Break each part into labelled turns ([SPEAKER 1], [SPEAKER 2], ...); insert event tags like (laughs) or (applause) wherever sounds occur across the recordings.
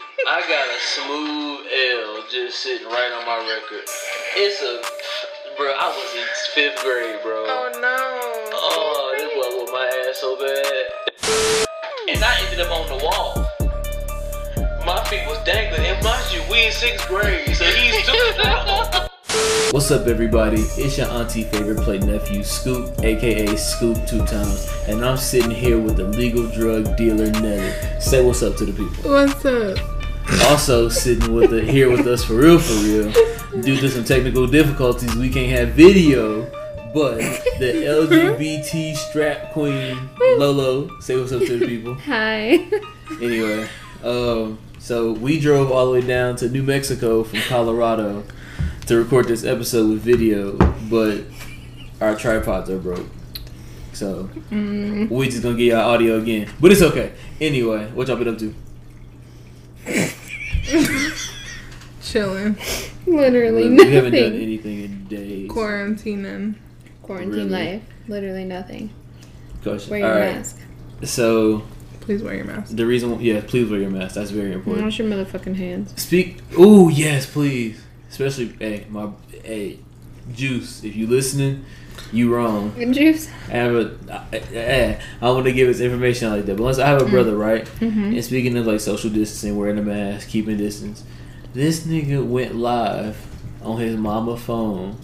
[SPEAKER 1] I got a smooth L just sitting right on my record. It's a, bro. I was in fifth grade, bro.
[SPEAKER 2] Oh no.
[SPEAKER 1] Oh, this boy whooped my ass so bad. And I ended up on the wall. My feet was dangling. And mind you, we in sixth grade, so he's (laughs) too.
[SPEAKER 3] What's up, everybody? It's your auntie favorite play nephew, Scoop, aka Scoop Two Times, and I'm sitting here with the legal drug dealer Nelly. Say what's up to the people.
[SPEAKER 2] What's up?
[SPEAKER 3] Also sitting with the here with us for real, for real. Due to some technical difficulties, we can't have video, but the LGBT strap queen Lolo. Say what's up to the people.
[SPEAKER 2] Hi.
[SPEAKER 3] Anyway, um, so we drove all the way down to New Mexico from Colorado to record this episode with video, but our tripods are broke. So
[SPEAKER 2] Mm.
[SPEAKER 3] we just gonna get y'all audio again, but it's okay. Anyway, what y'all been up to?
[SPEAKER 2] (laughs) Chilling. Literally
[SPEAKER 3] we haven't done anything in days.
[SPEAKER 2] Quarantining.
[SPEAKER 4] quarantine
[SPEAKER 3] Really?
[SPEAKER 4] life. Literally nothing.
[SPEAKER 3] Gosh,
[SPEAKER 4] Wear your
[SPEAKER 3] all right.
[SPEAKER 4] mask.
[SPEAKER 3] So
[SPEAKER 2] Please wear your mask.
[SPEAKER 3] the reason, yeah, please wear your mask. That's very important.
[SPEAKER 4] Wash your motherfucking hands.
[SPEAKER 3] Speak. Oh yes, please. Especially, hey, my, hey, juice. If you listening, you wrong.
[SPEAKER 4] And juice.
[SPEAKER 3] I have a, I, I, I want to give his information like that. But once I
[SPEAKER 4] Mm.
[SPEAKER 3] have a brother, right?
[SPEAKER 2] Mm-hmm.
[SPEAKER 4] Mm-hmm.
[SPEAKER 3] And speaking of like social distancing, wearing a mask, keeping distance, this nigga went live on his mama
[SPEAKER 4] (laughs)
[SPEAKER 3] phone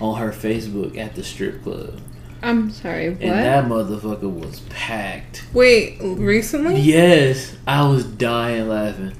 [SPEAKER 3] on her Facebook at the strip club,
[SPEAKER 4] I'm sorry.
[SPEAKER 3] and
[SPEAKER 4] What?
[SPEAKER 3] that motherfucker was packed.
[SPEAKER 2] Wait, recently?
[SPEAKER 3] Yes, I was dying laughing.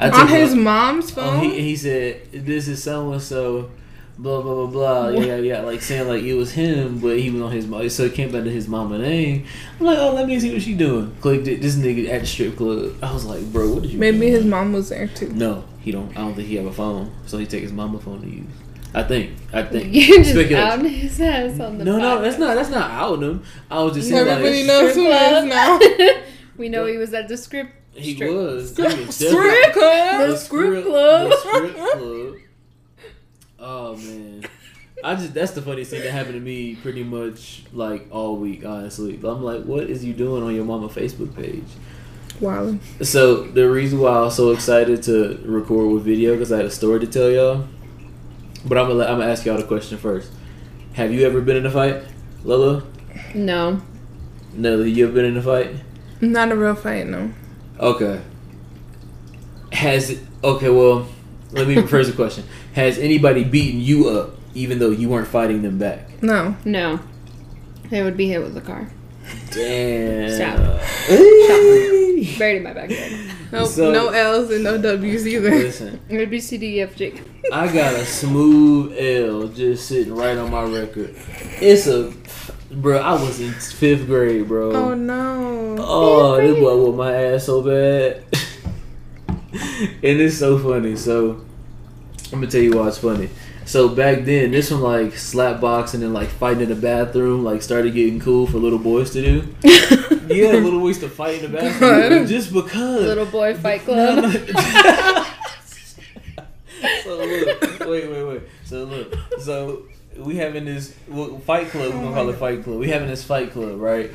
[SPEAKER 3] I
[SPEAKER 2] On
[SPEAKER 3] took
[SPEAKER 2] his
[SPEAKER 3] my-
[SPEAKER 2] mom's
[SPEAKER 3] Oh,
[SPEAKER 2] phone?
[SPEAKER 3] he, he said, "This is so and so." Blah blah blah blah. Yeah, yeah. Like saying like it was him, but he was on his mom. So it came back to his mama name. I'm like, oh, let me see what she doing. Clicked it. This nigga at the strip club. I was like, bro, what did you?
[SPEAKER 2] Maybe
[SPEAKER 3] do?"
[SPEAKER 2] his mom was there too.
[SPEAKER 3] No, he don't. I don't think he have a phone, so he take his mama phone to use. I think. I
[SPEAKER 4] (laughs)
[SPEAKER 3] think.
[SPEAKER 4] You just
[SPEAKER 3] Speculation.
[SPEAKER 4] out his ass on the
[SPEAKER 3] No, no,
[SPEAKER 4] podcast.
[SPEAKER 3] that's not. That's not outing him. I was just saying
[SPEAKER 2] Everybody
[SPEAKER 3] like
[SPEAKER 2] knows who
[SPEAKER 4] Strip
[SPEAKER 2] it is
[SPEAKER 3] (laughs)
[SPEAKER 4] club.
[SPEAKER 2] now.
[SPEAKER 4] (laughs) we know he was at the script.
[SPEAKER 3] he
[SPEAKER 4] strip-
[SPEAKER 3] was. He was
[SPEAKER 2] (laughs)
[SPEAKER 3] definitely-
[SPEAKER 2] Strip club?
[SPEAKER 4] The strip club.
[SPEAKER 3] The strip club. Oh man, I just that's the funniest thing that happened to me pretty much like all week. Honestly, But I'm like, what is you doing on your mama Facebook page?
[SPEAKER 2] Wow.
[SPEAKER 3] So the reason why I was so excited to record with video because I had a story to tell y'all. But I'm gonna let- I'm gonna ask y'all the question first. Have you ever been in a fight, Lola?
[SPEAKER 4] No.
[SPEAKER 3] Nelly, you ever been in a fight?
[SPEAKER 2] Not a real fight, no.
[SPEAKER 3] Okay. Has it, okay? Well, let me rephrase the question. Has anybody beaten you up even though you weren't fighting them back?
[SPEAKER 2] No.
[SPEAKER 4] No. They would be hit with a car.
[SPEAKER 3] Damn.
[SPEAKER 4] Stop.
[SPEAKER 3] Hey.
[SPEAKER 4] Buried in my backyard.
[SPEAKER 2] Nope.
[SPEAKER 3] So-
[SPEAKER 2] no L's and no W's either.
[SPEAKER 3] Listen,
[SPEAKER 4] It would be C D E F G.
[SPEAKER 3] I got a smooth L just sitting right on my record. It's a, bro. I was in fifth grade, bro.
[SPEAKER 2] (laughs) Oh no.
[SPEAKER 3] Oh, this boy whooped my ass so bad. (laughs) and it's so funny. So I'm gonna tell you why it's funny. So back then, this one like slap boxing and like fighting in the bathroom like started getting cool for little boys to do. Yeah, (laughs) little boys to fight in the bathroom
[SPEAKER 2] God.
[SPEAKER 3] just because.
[SPEAKER 4] Little boy fight
[SPEAKER 3] No,
[SPEAKER 4] club. (laughs)
[SPEAKER 3] no. so look, wait, wait, wait. So look, so we having this well, fight club. We gonna call it fight club. We having this fight club, right?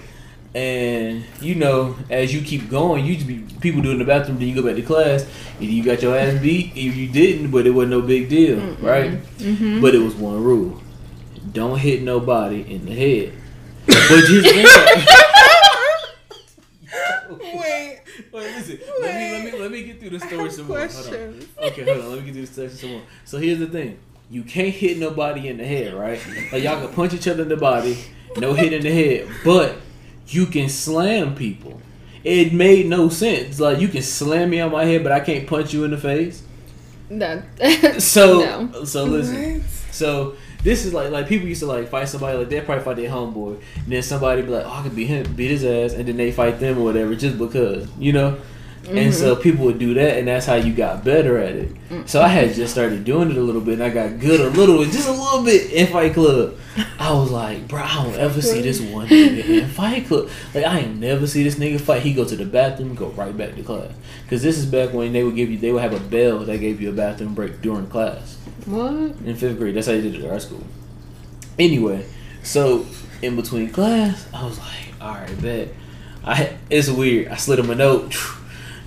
[SPEAKER 3] And you know, as you keep going, you just be people do it in the bathroom. Then you go back to class. Either you got your ass beat, if you didn't, but it wasn't no big deal, right? But it was one rule: don't hit nobody in the head. But just
[SPEAKER 2] Wait.
[SPEAKER 3] (laughs) Wait, listen. Let me let me let me get through the
[SPEAKER 2] I
[SPEAKER 3] story
[SPEAKER 2] have
[SPEAKER 3] some more. Hold on.
[SPEAKER 2] questions.
[SPEAKER 3] Okay, hold on. Let me get through this section some more. So here's the thing: you can't hit nobody in the head, right? Like y'all can punch each other in the body, no hit in the head, but you can slam people. It made no sense. Like you can slam me on my head, but I can't punch you in the face.
[SPEAKER 4] No. (laughs)
[SPEAKER 3] So,
[SPEAKER 4] No.
[SPEAKER 3] so listen. So this is like like people used to like fight somebody like they probably fight their homeboy, and then somebody be like, oh, I could beat him, beat his ass, and then they fight them or whatever just because you know. And so people would do that, and that's how you got better at it. So I had just started doing it a little bit, and I got good a little, just a little bit in Fight Club. I was like, bro, I don't ever see this one nigga in Fight Club. Like I ain't never see this nigga fight. He go to the bathroom, go right back to class. Cause this is back when they would give you, they would have a bell that gave you a bathroom break during class
[SPEAKER 4] What?
[SPEAKER 3] in fifth grade. That's how you did it at our school. Anyway, so in between class, I was like, (sighs) all right, bet. I it's weird. I slid him a note.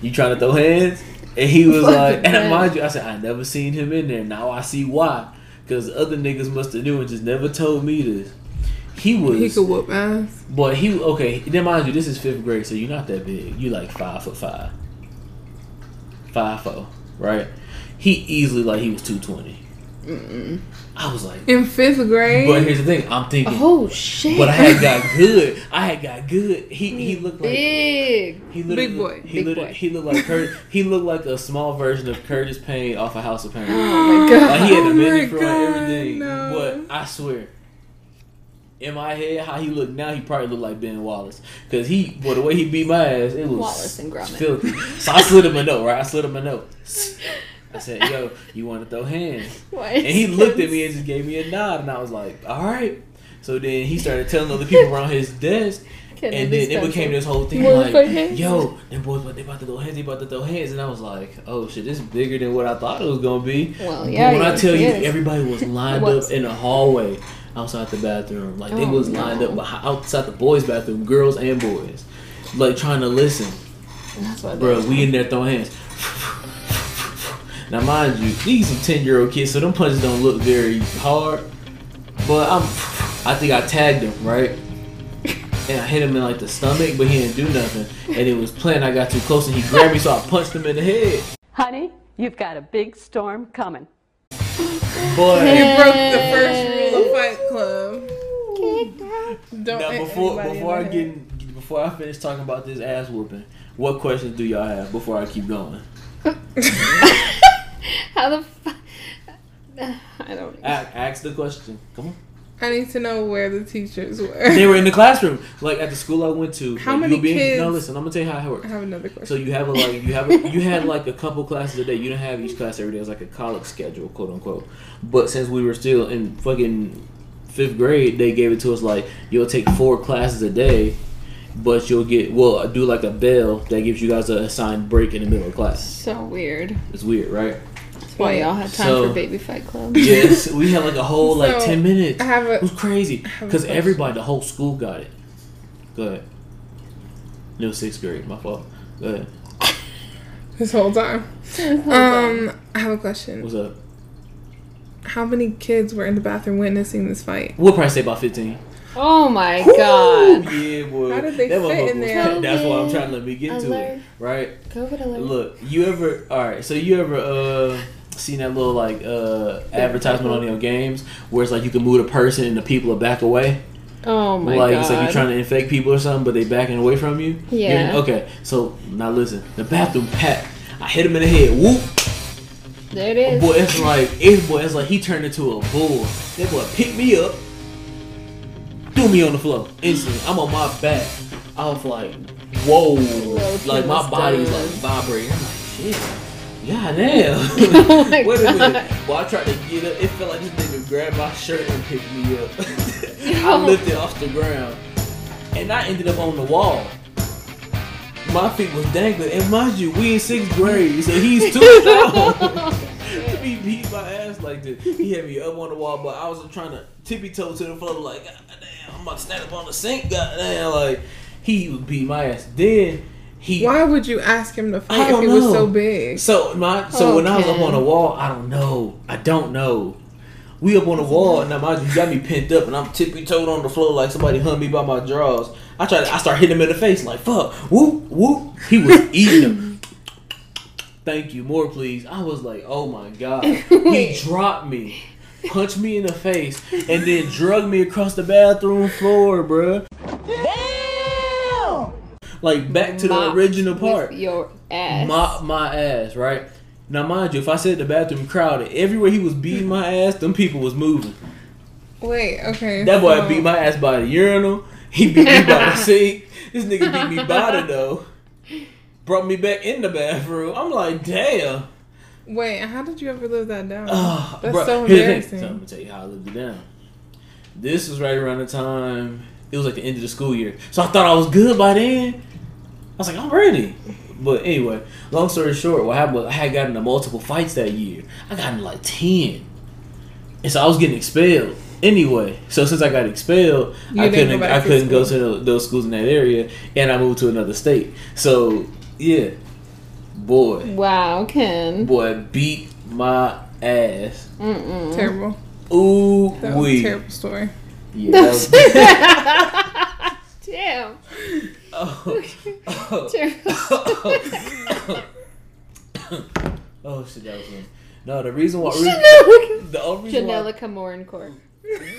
[SPEAKER 3] You trying to throw hands? And he was
[SPEAKER 4] Fucking
[SPEAKER 3] like, (laughs) and
[SPEAKER 4] man.
[SPEAKER 3] mind you, I said I never seen him in there. Now I see why, because other niggas must have knew and just never told me this. He was,
[SPEAKER 2] He could whoop ass.
[SPEAKER 3] but he okay. Then mind you, this is fifth grade, so you're not that big. You like five foot five, five foot, right? He easily like he was two twenty. I was like,
[SPEAKER 2] In fifth grade.
[SPEAKER 3] but here's the thing. I'm thinking,
[SPEAKER 4] Oh shit.
[SPEAKER 3] but I had
[SPEAKER 4] (laughs)
[SPEAKER 3] got good. I had got good. He he looked like
[SPEAKER 4] big.
[SPEAKER 3] he literally,
[SPEAKER 2] Big boy.
[SPEAKER 3] He,
[SPEAKER 4] Big
[SPEAKER 3] literally,
[SPEAKER 4] boy.
[SPEAKER 3] he looked like Cur- he looked like a small version of Curtis Payne off of House of Pain.
[SPEAKER 4] Oh my god.
[SPEAKER 3] Like he had
[SPEAKER 2] Oh
[SPEAKER 3] a
[SPEAKER 2] my
[SPEAKER 3] mini for
[SPEAKER 2] God,
[SPEAKER 3] everything.
[SPEAKER 2] no.
[SPEAKER 3] But I swear, in my head, how he looked now, he probably looked like Ben Wallace because he, well, the way he beat my ass, it was
[SPEAKER 4] Wallace and Gromit.
[SPEAKER 3] filthy. So I slid him a note, right? I slid him a note. I said, "Yo, you want to throw hands?"
[SPEAKER 4] (laughs) Why
[SPEAKER 3] And he
[SPEAKER 4] is
[SPEAKER 3] looked
[SPEAKER 4] this-
[SPEAKER 3] at me and just gave me a nod, and I was like, "All right." So then he started telling other people around his desk,
[SPEAKER 4] Can
[SPEAKER 3] and
[SPEAKER 4] I
[SPEAKER 3] then it
[SPEAKER 4] dispense
[SPEAKER 3] became
[SPEAKER 4] it?
[SPEAKER 3] this whole thing
[SPEAKER 4] You wanna play
[SPEAKER 3] like,
[SPEAKER 4] hands?
[SPEAKER 3] "Yo, them boys, about- they about to throw hands, they about to throw hands," and I was like, "Oh shit, this is bigger than what I thought it was gonna be."
[SPEAKER 4] Well,
[SPEAKER 3] But
[SPEAKER 4] yeah,
[SPEAKER 3] when I
[SPEAKER 4] it
[SPEAKER 3] tell you,
[SPEAKER 4] is.
[SPEAKER 3] everybody
[SPEAKER 4] (laughs)
[SPEAKER 3] was lined
[SPEAKER 4] was.
[SPEAKER 3] up in the hallway outside the bathroom, like they
[SPEAKER 4] Oh,
[SPEAKER 3] was lined up
[SPEAKER 4] no.
[SPEAKER 3] behi- outside the boys' bathroom, girls and boys, like trying to listen.
[SPEAKER 4] That's what I
[SPEAKER 3] Bro,
[SPEAKER 4] did.
[SPEAKER 3] we in there throwing hands. Now, mind you, these some ten year old kids, so them punches don't look very hard. But I'm, I think I tagged him right, and I hit him in like the stomach, but he didn't do nothing. And it was planned. I got too close, and he grabbed me, so I punched him in the head.
[SPEAKER 5] Honey, you've got a big storm coming.
[SPEAKER 3] But
[SPEAKER 2] He broke the first rule of Fight Club. Don't
[SPEAKER 3] now
[SPEAKER 2] hit
[SPEAKER 3] before
[SPEAKER 2] anybody in
[SPEAKER 3] before
[SPEAKER 2] the
[SPEAKER 3] I
[SPEAKER 2] head.
[SPEAKER 3] get before I finish talking about this ass whooping, what questions do y'all have before I keep going?
[SPEAKER 4] (laughs) How the fuck? I don't.
[SPEAKER 3] A- ask the question. Come on.
[SPEAKER 2] I need to know where the teachers
[SPEAKER 3] They
[SPEAKER 2] were.
[SPEAKER 3] were in the classroom, like at the school I went to.
[SPEAKER 2] How
[SPEAKER 3] like,
[SPEAKER 2] many
[SPEAKER 3] you'll be in-
[SPEAKER 2] kids-
[SPEAKER 3] No, listen, I'm gonna tell you how it works.
[SPEAKER 2] (laughs) I have another
[SPEAKER 3] So
[SPEAKER 2] question.
[SPEAKER 3] you have a like you have a, you had like a couple classes a day. You didn't have each class every day. It was like a college schedule, quote unquote. But since we were still in fucking fifth grade, they gave it to us like you'll take four classes a day, but you'll get well do like a bell that gives you guys an assigned break in the middle of class.
[SPEAKER 4] So weird.
[SPEAKER 3] It's weird,
[SPEAKER 2] (laughs)
[SPEAKER 3] right?
[SPEAKER 4] That's why y'all had time
[SPEAKER 3] So-
[SPEAKER 4] for Baby Fight Club.
[SPEAKER 3] Yes, we had like a whole like
[SPEAKER 2] So,
[SPEAKER 3] ten minutes.
[SPEAKER 2] I have
[SPEAKER 3] It was
[SPEAKER 2] a.
[SPEAKER 3] crazy
[SPEAKER 2] have a
[SPEAKER 3] because
[SPEAKER 2] question.
[SPEAKER 3] everybody, the whole school got it. Go ahead. No sixth grade, my fault. Go ahead.
[SPEAKER 2] This whole time. Um, I have a question.
[SPEAKER 3] What's up?
[SPEAKER 2] How many kids were in the bathroom witnessing this fight?
[SPEAKER 3] We'll probably say about fifteen.
[SPEAKER 4] (laughs) oh my god.
[SPEAKER 3] Yeah, boy.
[SPEAKER 2] How did they
[SPEAKER 3] That
[SPEAKER 2] fit
[SPEAKER 3] motherfucker
[SPEAKER 2] in
[SPEAKER 3] was
[SPEAKER 2] there?
[SPEAKER 3] fat. (laughs) That's why I'm
[SPEAKER 4] COVID
[SPEAKER 3] trying to let me get to it.
[SPEAKER 4] alert.
[SPEAKER 3] Right?
[SPEAKER 4] COVID alert.
[SPEAKER 3] Look, you ever all right, so you ever uh seen that little like uh advertisement on your games where it's like you can move the person and the people are back away?
[SPEAKER 4] Oh my
[SPEAKER 3] like
[SPEAKER 4] god.
[SPEAKER 3] it's like you're trying to infect people or something, but they backing away from you.
[SPEAKER 4] Yeah.
[SPEAKER 3] You're- okay. So now listen, the bathroom packed. I hit him in the head. Whoop.
[SPEAKER 4] there it is.
[SPEAKER 3] Boy, it's like it's boy, it's like he turned into a bull. That boy picked me up, threw me on the floor instantly. I'm on my back. I was like, whoa,
[SPEAKER 4] he
[SPEAKER 3] like my
[SPEAKER 4] was
[SPEAKER 3] body's
[SPEAKER 4] done.
[SPEAKER 3] like vibrating. I'm like, shit, god (laughs) damn.
[SPEAKER 4] (laughs) Oh my
[SPEAKER 3] Wait a
[SPEAKER 4] god.
[SPEAKER 3] minute. Well, I tried to get up. It felt like this nigga grabbed my shirt and picked me
[SPEAKER 4] (laughs)
[SPEAKER 3] up. (laughs) I
[SPEAKER 4] Yo.
[SPEAKER 3] lifted off the ground, and I ended up on the wall. My feet was dangling, and mind you, we in sixth grade, so he's
[SPEAKER 4] (laughs)
[SPEAKER 3] too (laughs) strong to be beat my ass like this. He had me up on the wall, but I was trying to tippy toe to the floor, like God damn, I'm about to stand up on the sink. God damn, like he would beat my ass. Then he
[SPEAKER 2] Why would you ask him to
[SPEAKER 3] I
[SPEAKER 2] fight if
[SPEAKER 3] don't
[SPEAKER 2] he was
[SPEAKER 3] know.
[SPEAKER 2] so big?
[SPEAKER 3] so my so when I was up
[SPEAKER 4] Okay.
[SPEAKER 3] on the wall, I don't know. I don't know. We up on the wall, and now mind you, you got me pinned up, and I'm tippy toed on the floor like somebody hung me by my drawers. I try, I start hitting him in the face like fuck, whoop whoop. He was eating him. Thank you, more please. I was like, oh my god,
[SPEAKER 2] (laughs)
[SPEAKER 3] he dropped me, punched me in the face, and then drugged me across the bathroom floor, bruh. Like back to the
[SPEAKER 4] Mopped
[SPEAKER 3] original
[SPEAKER 4] with
[SPEAKER 3] part
[SPEAKER 4] Your ass.
[SPEAKER 3] mop my ass, right? Now, mind you, if I said the bathroom crowded, everywhere he was beating my ass, them people was moving.
[SPEAKER 2] Wait, okay.
[SPEAKER 3] That boy
[SPEAKER 2] so-
[SPEAKER 3] beat my ass by the urinal. He beat me by the sink. This nigga beat me by the door. Brought me back in the bathroom. I'm like, damn.
[SPEAKER 2] Wait, how did you ever live that down?
[SPEAKER 3] Ah,
[SPEAKER 2] That's
[SPEAKER 3] bruh.
[SPEAKER 2] so
[SPEAKER 3] Here's the thing. So I'm
[SPEAKER 2] embarrassing.
[SPEAKER 3] gonna tell you how I lived it down. This was right around the time it was like the end of the school year, so I thought I was good by then. I was like, I'm ready. But anyway, long story short, what happened was I had gotten into multiple fights that year. I got into like ten, and so I was getting expelled. Anyway, so since I got expelled,
[SPEAKER 2] You
[SPEAKER 3] I
[SPEAKER 2] didn't go
[SPEAKER 3] couldn't
[SPEAKER 2] back
[SPEAKER 3] I
[SPEAKER 2] to
[SPEAKER 3] couldn't go to
[SPEAKER 2] school.
[SPEAKER 3] tho- those schools in that area, and I moved to another state. So yeah, boy,
[SPEAKER 4] Wow, Ken.
[SPEAKER 3] boy beat my ass.
[SPEAKER 4] Mm-mm.
[SPEAKER 2] Terrible.
[SPEAKER 3] Ooh
[SPEAKER 2] That was a
[SPEAKER 3] wee.
[SPEAKER 2] terrible story.
[SPEAKER 3] Yeah. that (laughs)
[SPEAKER 4] (laughs)
[SPEAKER 3] was-
[SPEAKER 4] Damn.
[SPEAKER 3] oh, oh, (coughs)
[SPEAKER 4] Terrible.
[SPEAKER 3] oh. Oh, shit, that was him. No, the reason why (laughs)
[SPEAKER 4] Chanel-
[SPEAKER 3] the only reason why-
[SPEAKER 4] Janella Camorancourt.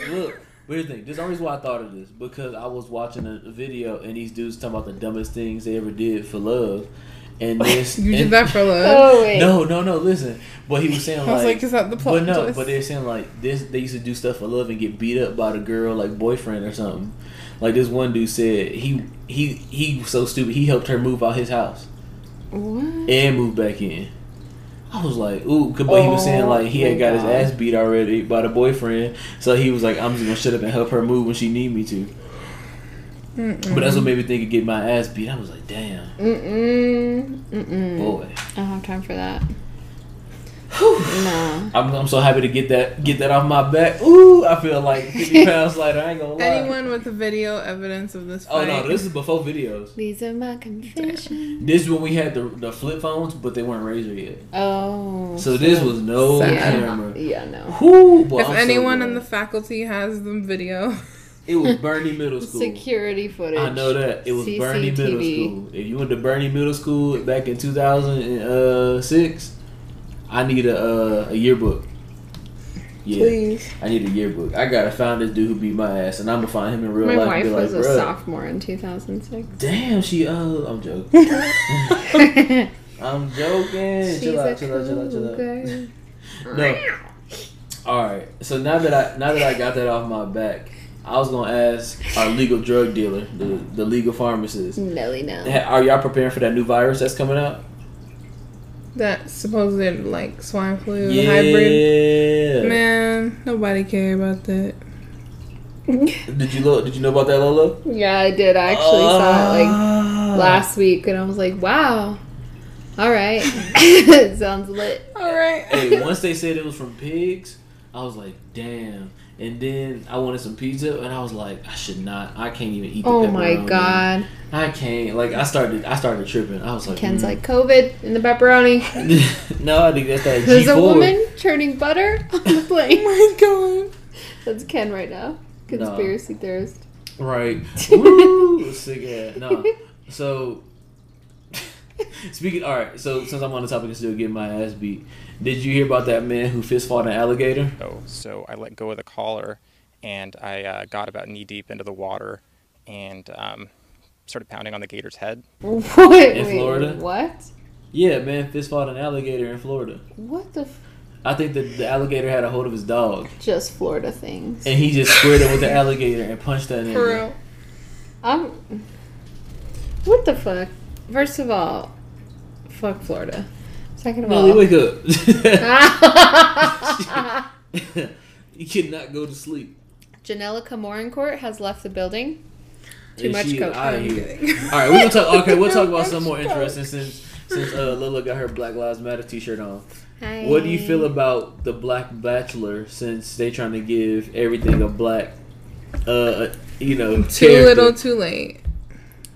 [SPEAKER 3] Look, but here's the thing. This is the only reason why I thought of this because I was watching a video and these dudes talking about the dumbest things they ever did for love, (laughs) and this
[SPEAKER 2] You
[SPEAKER 3] and-
[SPEAKER 2] did that for love.
[SPEAKER 4] Oh wait.
[SPEAKER 3] No, no, no. Listen, but he was saying
[SPEAKER 2] (laughs) I was
[SPEAKER 3] like,
[SPEAKER 2] like, is that the plot
[SPEAKER 3] but no,
[SPEAKER 2] twist?
[SPEAKER 3] but they're saying like this. They used to do stuff for love and get beat up by the girl like boyfriend or something. Like this one dude said he he he was so stupid he helped her move out his house
[SPEAKER 4] What?
[SPEAKER 3] and move back in. I was like, ooh, 'cause- but he was saying
[SPEAKER 4] Oh,
[SPEAKER 3] like he had
[SPEAKER 4] my
[SPEAKER 3] got his
[SPEAKER 4] God.
[SPEAKER 3] ass beat already by the boyfriend, so he was like, I'm just gonna shut up and help her move when she need me to.
[SPEAKER 2] Mm-mm.
[SPEAKER 3] But that's what made me think of get my ass beat. I was like, damn,
[SPEAKER 4] Mm-mm. Mm-mm.
[SPEAKER 3] boy,
[SPEAKER 4] I don't have time for that. nah.
[SPEAKER 3] I'm, I'm so happy to get that get that off my back. Ooh, I feel like
[SPEAKER 2] (laughs)
[SPEAKER 3] 50 pounds lighter. I ain't gonna lie.
[SPEAKER 2] Anyone with the video evidence of this
[SPEAKER 3] Oh
[SPEAKER 2] fight?
[SPEAKER 3] no, this is before videos.
[SPEAKER 4] These are my confessions.
[SPEAKER 3] This is when we had the, the flip phones, but they weren't razor yet.
[SPEAKER 4] Oh.
[SPEAKER 3] So this was no
[SPEAKER 2] Sad.
[SPEAKER 4] yeah.
[SPEAKER 3] camera.
[SPEAKER 4] yeah, no.
[SPEAKER 3] Whoo, boy,
[SPEAKER 2] if
[SPEAKER 3] I'm so
[SPEAKER 2] anyone
[SPEAKER 3] glad.
[SPEAKER 2] in the faculty has the video, (laughs)
[SPEAKER 3] it was Bernie Middle School.
[SPEAKER 4] Security footage.
[SPEAKER 3] I know that it was Bernie Middle
[SPEAKER 4] CCTV.
[SPEAKER 3] School. If you went to Bernie Middle School back in 2006, I need a uh, a yearbook. Yeah,
[SPEAKER 2] please.
[SPEAKER 3] I need a yearbook. I gotta find this dude who beat my ass, and I'm gonna find him in real
[SPEAKER 4] My
[SPEAKER 3] life.
[SPEAKER 4] wife
[SPEAKER 3] and be
[SPEAKER 4] was
[SPEAKER 3] like,
[SPEAKER 4] a
[SPEAKER 3] "Bruh,
[SPEAKER 4] sophomore in
[SPEAKER 3] (laughs)
[SPEAKER 4] (laughs) 2006.
[SPEAKER 3] Damn, she. Uh, I'm joking. I'm joking.
[SPEAKER 4] She's
[SPEAKER 3] chill
[SPEAKER 4] a
[SPEAKER 3] out, chill out, chill out, chill out. (laughs)
[SPEAKER 4] cougar.
[SPEAKER 3] No. All right. So now that I now that I got that off my back, I was gonna ask our legal drug dealer, the the legal pharmacist.
[SPEAKER 4] Nelly now.
[SPEAKER 3] Ha- Are y'all preparing for that new virus that's coming out?
[SPEAKER 2] That supposed like swine flu
[SPEAKER 3] yeah.
[SPEAKER 2] hybrid. Man, nobody care about that.
[SPEAKER 3] Did you look? Did you know about that, Lola?
[SPEAKER 4] Yeah, I did. I actually saw it
[SPEAKER 3] Ah.
[SPEAKER 4] like last week and I was like, wow. All
[SPEAKER 3] (laughs)
[SPEAKER 4] right. (laughs) Sounds lit.
[SPEAKER 2] All right.
[SPEAKER 3] hey, once they said it was from pigs, I was like, damn. And then I wanted some pizza, and I was like, I should not. I can't even eat. The
[SPEAKER 4] Oh my
[SPEAKER 3] pepperoni.
[SPEAKER 4] god.
[SPEAKER 3] I can't. Like I started. I started tripping. I was like,
[SPEAKER 4] Ken's
[SPEAKER 3] mm.
[SPEAKER 4] like, COVID in
[SPEAKER 3] (laughs)
[SPEAKER 4] the pepperoni.
[SPEAKER 3] no, I think that's that
[SPEAKER 4] (laughs) There's
[SPEAKER 3] G4.
[SPEAKER 4] a woman churning butter (laughs) on the
[SPEAKER 3] Oh
[SPEAKER 4] plane.
[SPEAKER 2] my god.
[SPEAKER 4] That's Ken right now. Conspiracy theorist.
[SPEAKER 3] Right.
[SPEAKER 4] (laughs)
[SPEAKER 3] Woo! Sick ass. No. So, speaking, all right, so since I'm on the topic of still getting my ass beat, did you hear about that man who fist fought an alligator?
[SPEAKER 6] So, so I let go of the collar and I uh, got about knee deep into the water and um, started pounding on the gator's head.
[SPEAKER 4] What?
[SPEAKER 3] In Florida?
[SPEAKER 4] What?
[SPEAKER 3] Yeah, man, fist fought an alligator in Florida.
[SPEAKER 4] What the? F-
[SPEAKER 3] I think that the alligator had a hold of his dog,
[SPEAKER 4] just Florida things.
[SPEAKER 3] and he just squared up with the alligator and punched that in.
[SPEAKER 2] (laughs) For real.
[SPEAKER 4] I'm. What the fuck? First of all, fuck Florida. Second of (laughs)
[SPEAKER 3] Molly,
[SPEAKER 4] all,
[SPEAKER 3] wake up.
[SPEAKER 4] Janella
[SPEAKER 3] (laughs) you cannot go to sleep.
[SPEAKER 4] Camorancourt has left the building. Too
[SPEAKER 3] And
[SPEAKER 4] much
[SPEAKER 3] she is
[SPEAKER 4] coke.
[SPEAKER 3] outta here. (laughs)
[SPEAKER 2] All
[SPEAKER 3] All right, we'll talk. Okay,
[SPEAKER 4] (laughs)
[SPEAKER 3] we'll talk about some more interesting since since uh, Lila got her Black Lives Matter T-shirt on.
[SPEAKER 4] Hi.
[SPEAKER 3] What do you feel about the Black Bachelor since they trying to give everything a black, uh, you know,
[SPEAKER 2] Too little, too late.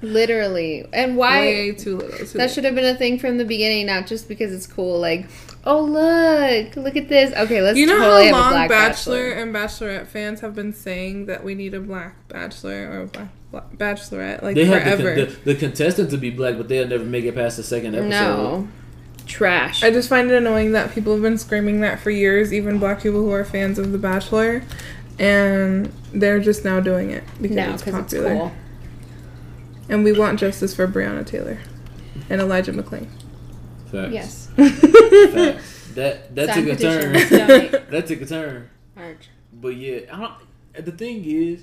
[SPEAKER 4] Literally, and why?
[SPEAKER 2] Way too little. Too
[SPEAKER 4] That
[SPEAKER 2] late.
[SPEAKER 4] should have been a thing from the beginning, not just because it's cool. Like, oh look, look at this. Okay, let's
[SPEAKER 2] You know
[SPEAKER 4] totally have
[SPEAKER 2] how
[SPEAKER 4] a
[SPEAKER 2] long
[SPEAKER 4] black
[SPEAKER 2] Bachelor,
[SPEAKER 4] bachelor.
[SPEAKER 2] and Bachelorette fans have been saying that we need a black Bachelor or a black, black Bachelorette like
[SPEAKER 3] They have the,
[SPEAKER 2] forever.
[SPEAKER 3] con- the, the contestant to be black, but they'll never make it past the second episode.
[SPEAKER 4] No, trash.
[SPEAKER 2] I just find it annoying that people have been screaming that for years, even black people who are fans of The Bachelor, and they're just now doing it because
[SPEAKER 4] no,
[SPEAKER 2] it's
[SPEAKER 4] because it's
[SPEAKER 2] popular.
[SPEAKER 4] cool.
[SPEAKER 2] And we want justice for Breonna Taylor and
[SPEAKER 4] (laughs)
[SPEAKER 2] Elijah McClain.
[SPEAKER 3] Facts.
[SPEAKER 4] Yes.
[SPEAKER 3] Facts. That
[SPEAKER 4] (laughs)
[SPEAKER 3] that
[SPEAKER 4] Sign
[SPEAKER 3] took a
[SPEAKER 4] petition.
[SPEAKER 3] turn.
[SPEAKER 4] (laughs)
[SPEAKER 3] (laughs)
[SPEAKER 4] Donate.
[SPEAKER 3] that took a turn.
[SPEAKER 4] Arch.
[SPEAKER 3] But yeah, I don't, the thing is,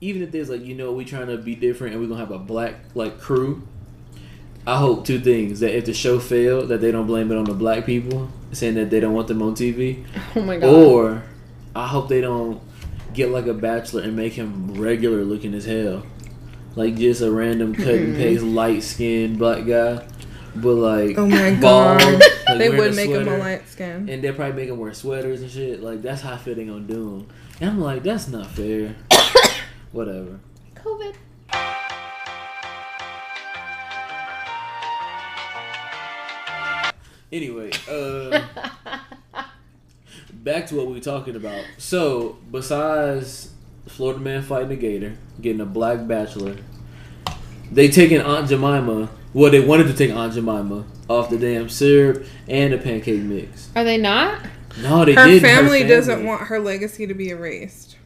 [SPEAKER 3] even if there's like you know we trying to be different and we are gonna have a black like crew, I hope two things that if the show failed that they don't blame it on the black people saying that they don't want them on TV,
[SPEAKER 4] Oh my god.
[SPEAKER 3] or I hope they don't get like a bachelor and make him regular looking as hell, like just a random cut and paste light skinned black guy, but like
[SPEAKER 2] Oh my
[SPEAKER 3] bald,
[SPEAKER 2] god.
[SPEAKER 3] like,
[SPEAKER 2] they
[SPEAKER 3] wearing
[SPEAKER 2] would
[SPEAKER 3] a
[SPEAKER 2] make him a
[SPEAKER 3] sweater
[SPEAKER 2] light skin.
[SPEAKER 3] and they're probably making wear sweaters and shit. Like that's how I feel they gonna do 'em. And I'm like, that's not fair. (coughs) Whatever. Oh.
[SPEAKER 4] COVID.
[SPEAKER 3] Anyway,
[SPEAKER 2] (laughs)
[SPEAKER 3] uh, back to what we were talking about. So, besides Florida man fighting a gator, getting a black bachelor, they taking Aunt Jemima. Well, they wanted to take Aunt Jemima off the damn syrup and the pancake mix.
[SPEAKER 4] (laughs) Are they not?
[SPEAKER 3] No, they
[SPEAKER 2] Her family,
[SPEAKER 3] didn't.
[SPEAKER 2] doesn't want her legacy to be erased.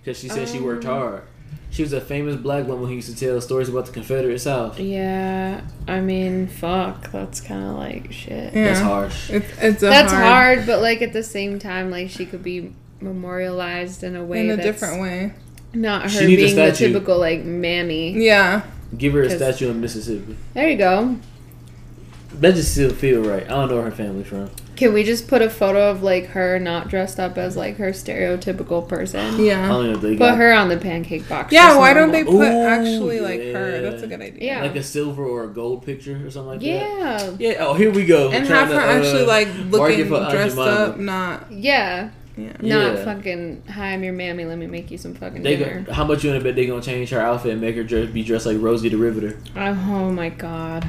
[SPEAKER 3] because she said she worked
[SPEAKER 2] Oh.
[SPEAKER 3] hard. She was a famous black woman who used to tell stories about the Confederate South.
[SPEAKER 4] Yeah. I mean, fuck. That's kind of like shit.
[SPEAKER 2] Yeah.
[SPEAKER 3] That's harsh.
[SPEAKER 2] It's, it's a
[SPEAKER 4] That's
[SPEAKER 2] hard,
[SPEAKER 4] hard. but like at the same time, like she could be memorialized in a way
[SPEAKER 2] in a
[SPEAKER 4] that's
[SPEAKER 2] different way.
[SPEAKER 4] not
[SPEAKER 3] She
[SPEAKER 4] her
[SPEAKER 3] needs a
[SPEAKER 4] being the
[SPEAKER 3] statue.
[SPEAKER 4] typical like mammy.
[SPEAKER 2] Yeah.
[SPEAKER 3] Give her a
[SPEAKER 4] 'Cause-
[SPEAKER 3] statue in Mississippi.
[SPEAKER 4] There you go.
[SPEAKER 3] That just still feel right. I don't know where her family from.
[SPEAKER 4] Can we just put a photo of like her not dressed up as like her stereotypical person?
[SPEAKER 3] I
[SPEAKER 2] Yeah.
[SPEAKER 3] don't know if they
[SPEAKER 4] Put
[SPEAKER 3] got
[SPEAKER 4] Uh-huh. her on the pancake box.
[SPEAKER 2] Yeah,
[SPEAKER 4] That's
[SPEAKER 2] why don't they
[SPEAKER 4] normal.
[SPEAKER 2] put
[SPEAKER 3] Ooh,
[SPEAKER 2] actually like her?
[SPEAKER 3] yeah.
[SPEAKER 2] That's a good idea.
[SPEAKER 4] Yeah.
[SPEAKER 3] like a silver or a gold picture or something like that.
[SPEAKER 4] Yeah.
[SPEAKER 3] Yeah. Oh, here we go.
[SPEAKER 2] And
[SPEAKER 3] Trying
[SPEAKER 2] have her
[SPEAKER 3] to, uh,
[SPEAKER 2] actually like
[SPEAKER 3] market
[SPEAKER 2] looking
[SPEAKER 3] for Aunt
[SPEAKER 2] dressed
[SPEAKER 3] Jemima.
[SPEAKER 2] up, not
[SPEAKER 4] Yeah.
[SPEAKER 2] yeah.
[SPEAKER 4] Not
[SPEAKER 3] Yeah.
[SPEAKER 4] fucking. Hi, I'm your mammy. Let me make you some fucking
[SPEAKER 3] They
[SPEAKER 4] dinner.
[SPEAKER 3] go, how much you in a bet they gonna change her outfit and make her dress, be dressed like Rosie the Riveter?
[SPEAKER 4] Oh, oh my god.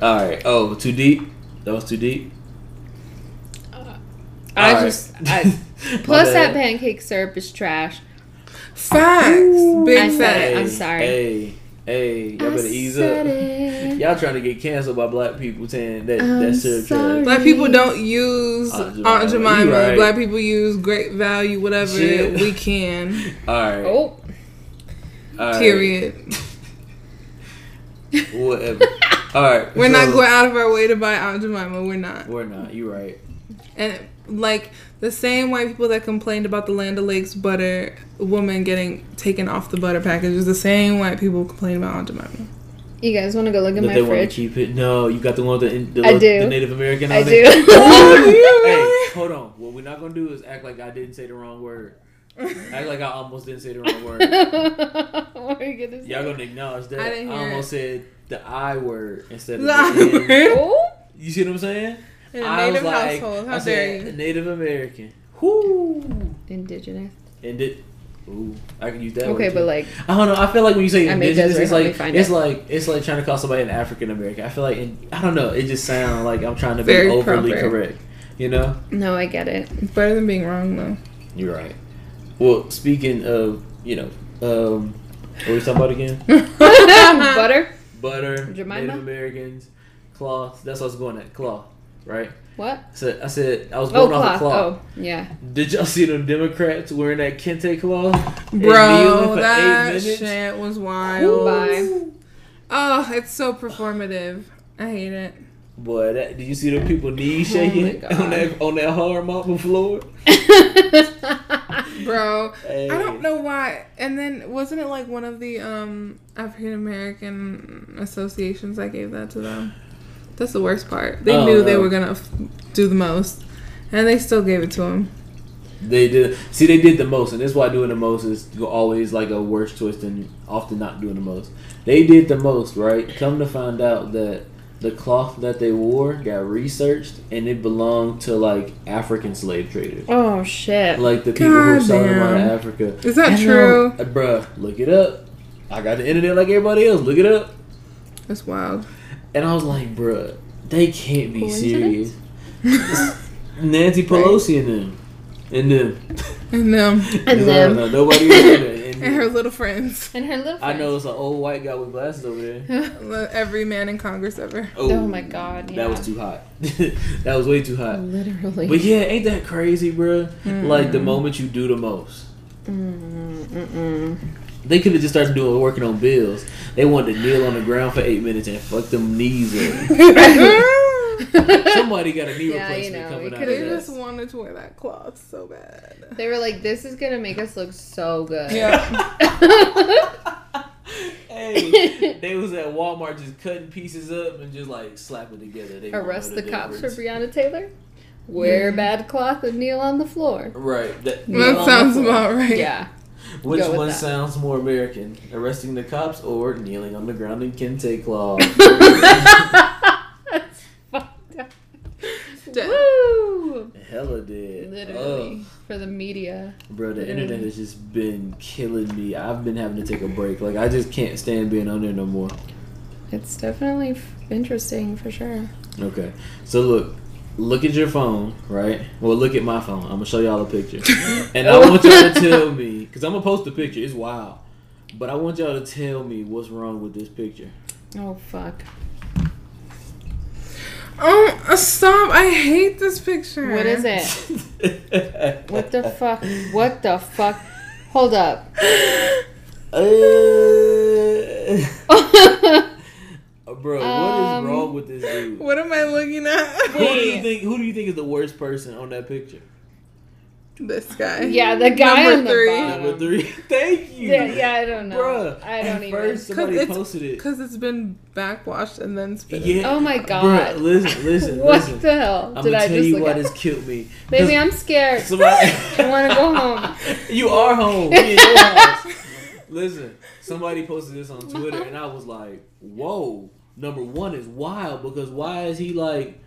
[SPEAKER 3] All right. Oh, too deep. That was too deep.
[SPEAKER 4] I
[SPEAKER 3] All right.
[SPEAKER 4] just. I, (laughs)
[SPEAKER 3] (laughs)
[SPEAKER 4] plus,
[SPEAKER 3] My bad.
[SPEAKER 4] that pancake syrup is trash.
[SPEAKER 2] Facts.
[SPEAKER 4] I said
[SPEAKER 2] Big
[SPEAKER 4] it.
[SPEAKER 2] facts.
[SPEAKER 4] I'm sorry.
[SPEAKER 3] Hey, hey, y'all better
[SPEAKER 4] I
[SPEAKER 3] ease (laughs)
[SPEAKER 4] said
[SPEAKER 3] up.
[SPEAKER 4] it.
[SPEAKER 3] Y'all trying to get canceled by black people saying that
[SPEAKER 4] I'm
[SPEAKER 3] that's their
[SPEAKER 4] sorry.
[SPEAKER 3] trash.
[SPEAKER 2] Black people don't use
[SPEAKER 3] Aunt
[SPEAKER 2] Aunt
[SPEAKER 3] Jemima.
[SPEAKER 2] Jemima.
[SPEAKER 3] You right.
[SPEAKER 2] Black people use great value, whatever
[SPEAKER 3] Shit.
[SPEAKER 2] we can.
[SPEAKER 3] All right.
[SPEAKER 4] Oh.
[SPEAKER 3] all (laughs) right,
[SPEAKER 2] Period. (laughs)
[SPEAKER 3] Whatever. all right.
[SPEAKER 2] We're not
[SPEAKER 3] so-
[SPEAKER 2] going out of our way to buy Aunt Jemima. We're not.
[SPEAKER 3] We're not. You're right.
[SPEAKER 2] And like the same white people that complained about the Land O'Lakes butter woman getting taken off the butter package is the same white people complain about Aunt Jemima.
[SPEAKER 4] You guys want to go look at
[SPEAKER 3] That
[SPEAKER 4] my
[SPEAKER 3] they want to
[SPEAKER 4] fridge?
[SPEAKER 3] keep it. No, you got the one with the, the,
[SPEAKER 4] I
[SPEAKER 3] the
[SPEAKER 4] do.
[SPEAKER 3] Native American.
[SPEAKER 4] I
[SPEAKER 3] on it?
[SPEAKER 2] (laughs)
[SPEAKER 4] do.
[SPEAKER 3] Hey, hold on. What we're not gonna do is act like I didn't say the wrong
[SPEAKER 2] (laughs)
[SPEAKER 3] word. Act like I almost didn't say the wrong (laughs)
[SPEAKER 4] (laughs)
[SPEAKER 3] word.
[SPEAKER 4] What are you gonna say?
[SPEAKER 3] Y'all gonna acknowledge that.
[SPEAKER 2] I didn't hear
[SPEAKER 3] almost said the I word instead of the
[SPEAKER 2] (laughs)
[SPEAKER 3] N.
[SPEAKER 4] Oh.
[SPEAKER 3] You see what I'm saying?
[SPEAKER 2] In a
[SPEAKER 3] I was
[SPEAKER 2] native
[SPEAKER 3] like-
[SPEAKER 2] household,
[SPEAKER 3] I
[SPEAKER 2] how
[SPEAKER 3] said
[SPEAKER 2] dare you?
[SPEAKER 3] Native American. Whoo.
[SPEAKER 4] Indigenous.
[SPEAKER 3] And it. Ooh, I can use that.
[SPEAKER 4] Okay,
[SPEAKER 3] word
[SPEAKER 4] but
[SPEAKER 3] too.
[SPEAKER 4] like.
[SPEAKER 3] I don't know. I feel like when you say
[SPEAKER 4] I made
[SPEAKER 3] indigenous,
[SPEAKER 4] Desiree
[SPEAKER 3] it's
[SPEAKER 4] help
[SPEAKER 3] like
[SPEAKER 4] me find
[SPEAKER 3] it's
[SPEAKER 4] it.
[SPEAKER 3] like it's like trying to call somebody an African American. I feel like in, I don't know. It just sounds like I'm trying to be
[SPEAKER 2] Very
[SPEAKER 3] overly
[SPEAKER 2] proper.
[SPEAKER 3] correct. You know.
[SPEAKER 4] No, I get
[SPEAKER 3] (laughs)
[SPEAKER 4] it. (laughs)
[SPEAKER 2] It's better than being wrong though.
[SPEAKER 3] You're right. Well, speaking of, you know, um, what were we talking about
[SPEAKER 4] (laughs)
[SPEAKER 3] again?
[SPEAKER 4] Butter?
[SPEAKER 3] Butter,
[SPEAKER 4] Jemima?
[SPEAKER 3] Native Americans, cloth. That's what I was going at, cloth, right?
[SPEAKER 4] What?
[SPEAKER 3] So I said I was
[SPEAKER 4] Oh,
[SPEAKER 3] going off of
[SPEAKER 4] cloth.
[SPEAKER 3] cloth.
[SPEAKER 4] Oh, yeah.
[SPEAKER 3] Did y'all see them Democrats wearing that kente cloth? and kneeling
[SPEAKER 2] Bro,
[SPEAKER 3] for
[SPEAKER 2] that
[SPEAKER 3] eight minutes?
[SPEAKER 2] shit was wild.
[SPEAKER 4] Bye.
[SPEAKER 2] Oh, it's so performative. I hate it.
[SPEAKER 3] Boy, that, did you see them people knees
[SPEAKER 4] Oh my
[SPEAKER 3] shaking (laughs)
[SPEAKER 4] God.
[SPEAKER 3] on that on that hard marble floor?
[SPEAKER 2] Bro,
[SPEAKER 3] Hey.
[SPEAKER 2] I don't know why. And then wasn't it like one of the um African American associations that gave that to them? That's the worst part. They
[SPEAKER 3] Oh,
[SPEAKER 2] knew they
[SPEAKER 3] no.
[SPEAKER 2] were gonna f- do the most, and they still gave it to him.
[SPEAKER 3] They did. See, they did the most, and that's why doing the most is always like a worse choice than often not doing the most. They did the most, right? Come to find out that the cloth that they wore got researched, and it belonged to like African slave traders,
[SPEAKER 4] (laughs) Oh, shit.
[SPEAKER 3] like the people who were selling them out
[SPEAKER 2] Goddamn.
[SPEAKER 3] of Africa.
[SPEAKER 2] Is that
[SPEAKER 3] I know.
[SPEAKER 2] true?
[SPEAKER 3] Uh, bruh? Look it up. I got the internet like everybody else. Look it up.
[SPEAKER 2] That's wild.
[SPEAKER 3] And I was like, bruh, they can't be
[SPEAKER 4] Coincidence?
[SPEAKER 3] serious.
[SPEAKER 4] (laughs)
[SPEAKER 3] Nancy Pelosi and them. And them.
[SPEAKER 2] And them
[SPEAKER 4] And
[SPEAKER 3] No,
[SPEAKER 4] them.
[SPEAKER 3] no, nobody was in
[SPEAKER 4] (laughs)
[SPEAKER 3] there. And-
[SPEAKER 2] and her little friends,
[SPEAKER 3] (laughs)
[SPEAKER 4] And her little
[SPEAKER 3] I know it's
[SPEAKER 4] friends.
[SPEAKER 3] an old white guy with glasses over there.
[SPEAKER 2] every man in Congress ever.
[SPEAKER 4] (laughs) Oh my God, yeah. Mm.
[SPEAKER 3] That was too hot. (laughs) that was way too hot.
[SPEAKER 4] (laughs) Literally.
[SPEAKER 3] But yeah, ain't that crazy, bruh?
[SPEAKER 4] Mm.
[SPEAKER 3] Like the moment you do the most. (laughs) They could have just started doing working on bills. They wanted to kneel on the ground for eight minutes and fuck them knees
[SPEAKER 4] (laughs)
[SPEAKER 3] up. Somebody got a knee
[SPEAKER 4] Yeah, you
[SPEAKER 3] replacement
[SPEAKER 4] know,
[SPEAKER 3] coming
[SPEAKER 4] it
[SPEAKER 3] out.
[SPEAKER 4] could've
[SPEAKER 2] They
[SPEAKER 3] of
[SPEAKER 2] just
[SPEAKER 3] that.
[SPEAKER 2] wanted to wear that cloth so bad.
[SPEAKER 4] (laughs) They were like, this is going to make us look so
[SPEAKER 3] (laughs)
[SPEAKER 4] good. (laughs)
[SPEAKER 2] Yeah,
[SPEAKER 3] Hey, they was at Walmart just cutting pieces up and just like slapping together. They wanted
[SPEAKER 4] Arrest
[SPEAKER 3] a
[SPEAKER 4] the cops for
[SPEAKER 3] difference.
[SPEAKER 4] Breonna Taylor. Wear bad cloth and kneel on the floor.
[SPEAKER 3] (laughs) Right. That,
[SPEAKER 2] that sounds about right.
[SPEAKER 4] Yeah.
[SPEAKER 3] Which
[SPEAKER 4] Go with
[SPEAKER 3] one
[SPEAKER 4] that.
[SPEAKER 3] sounds more American? Arresting the cops or kneeling on the ground in kente
[SPEAKER 4] (laughs)
[SPEAKER 3] cloth?
[SPEAKER 4] Fucked up.
[SPEAKER 2] Dead.
[SPEAKER 4] Woo!
[SPEAKER 3] Hella did.
[SPEAKER 4] Literally. For the media.
[SPEAKER 3] Oh, bro, the internet has just been killing me. I've been having to take a break. Like I just can't stand being on there no more.
[SPEAKER 4] It's definitely f- interesting for sure.
[SPEAKER 3] Okay. So look, look at your phone, right? Well, look at my phone. I'm gonna show y'all a
[SPEAKER 4] (laughs)
[SPEAKER 3] picture, and I want y'all to tell me because I'm gonna post the picture. It's wild, but I want y'all to tell me what's wrong with this picture.
[SPEAKER 4] Oh fuck!
[SPEAKER 2] Oh, uh, stop! I hate this picture.
[SPEAKER 4] What is it? What the fuck? What the fuck? Hold up. (laughs)
[SPEAKER 3] Uh,
[SPEAKER 4] I
[SPEAKER 3] bro, what
[SPEAKER 4] Um,
[SPEAKER 3] is wrong with this dude?
[SPEAKER 2] What am I
[SPEAKER 3] Who
[SPEAKER 2] looking
[SPEAKER 3] do
[SPEAKER 2] at?
[SPEAKER 3] you think? Who do you think is the worst person on that picture?
[SPEAKER 2] (laughs) this guy.
[SPEAKER 4] Yeah, the guy
[SPEAKER 2] Number
[SPEAKER 4] on the
[SPEAKER 2] three.
[SPEAKER 4] bottom.
[SPEAKER 3] Number three. (laughs) Thank you.
[SPEAKER 4] yeah, I don't know.
[SPEAKER 3] Bruh,
[SPEAKER 4] I
[SPEAKER 3] at
[SPEAKER 4] don't even.
[SPEAKER 3] First,
[SPEAKER 2] Cause
[SPEAKER 3] somebody
[SPEAKER 2] it's-
[SPEAKER 3] posted it.
[SPEAKER 2] Because it's been backwashed and then spit. Yeah.
[SPEAKER 3] Yeah.
[SPEAKER 4] Oh my
[SPEAKER 3] Bruh,
[SPEAKER 4] God.
[SPEAKER 3] listen, listen,
[SPEAKER 4] (laughs) what
[SPEAKER 3] listen.
[SPEAKER 4] the hell
[SPEAKER 3] I'm
[SPEAKER 4] did
[SPEAKER 3] gonna
[SPEAKER 4] I
[SPEAKER 3] tell
[SPEAKER 4] just
[SPEAKER 3] you
[SPEAKER 4] look
[SPEAKER 3] why
[SPEAKER 4] at?
[SPEAKER 3] this killed me.
[SPEAKER 4] Baby, I'm scared. (laughs)
[SPEAKER 3] Somebody,
[SPEAKER 4] I want to go home.
[SPEAKER 3] (laughs) You are home. We in your house. Listen, somebody posted this on Twitter, and I was like, "Whoa!" Number one is wild because why is he like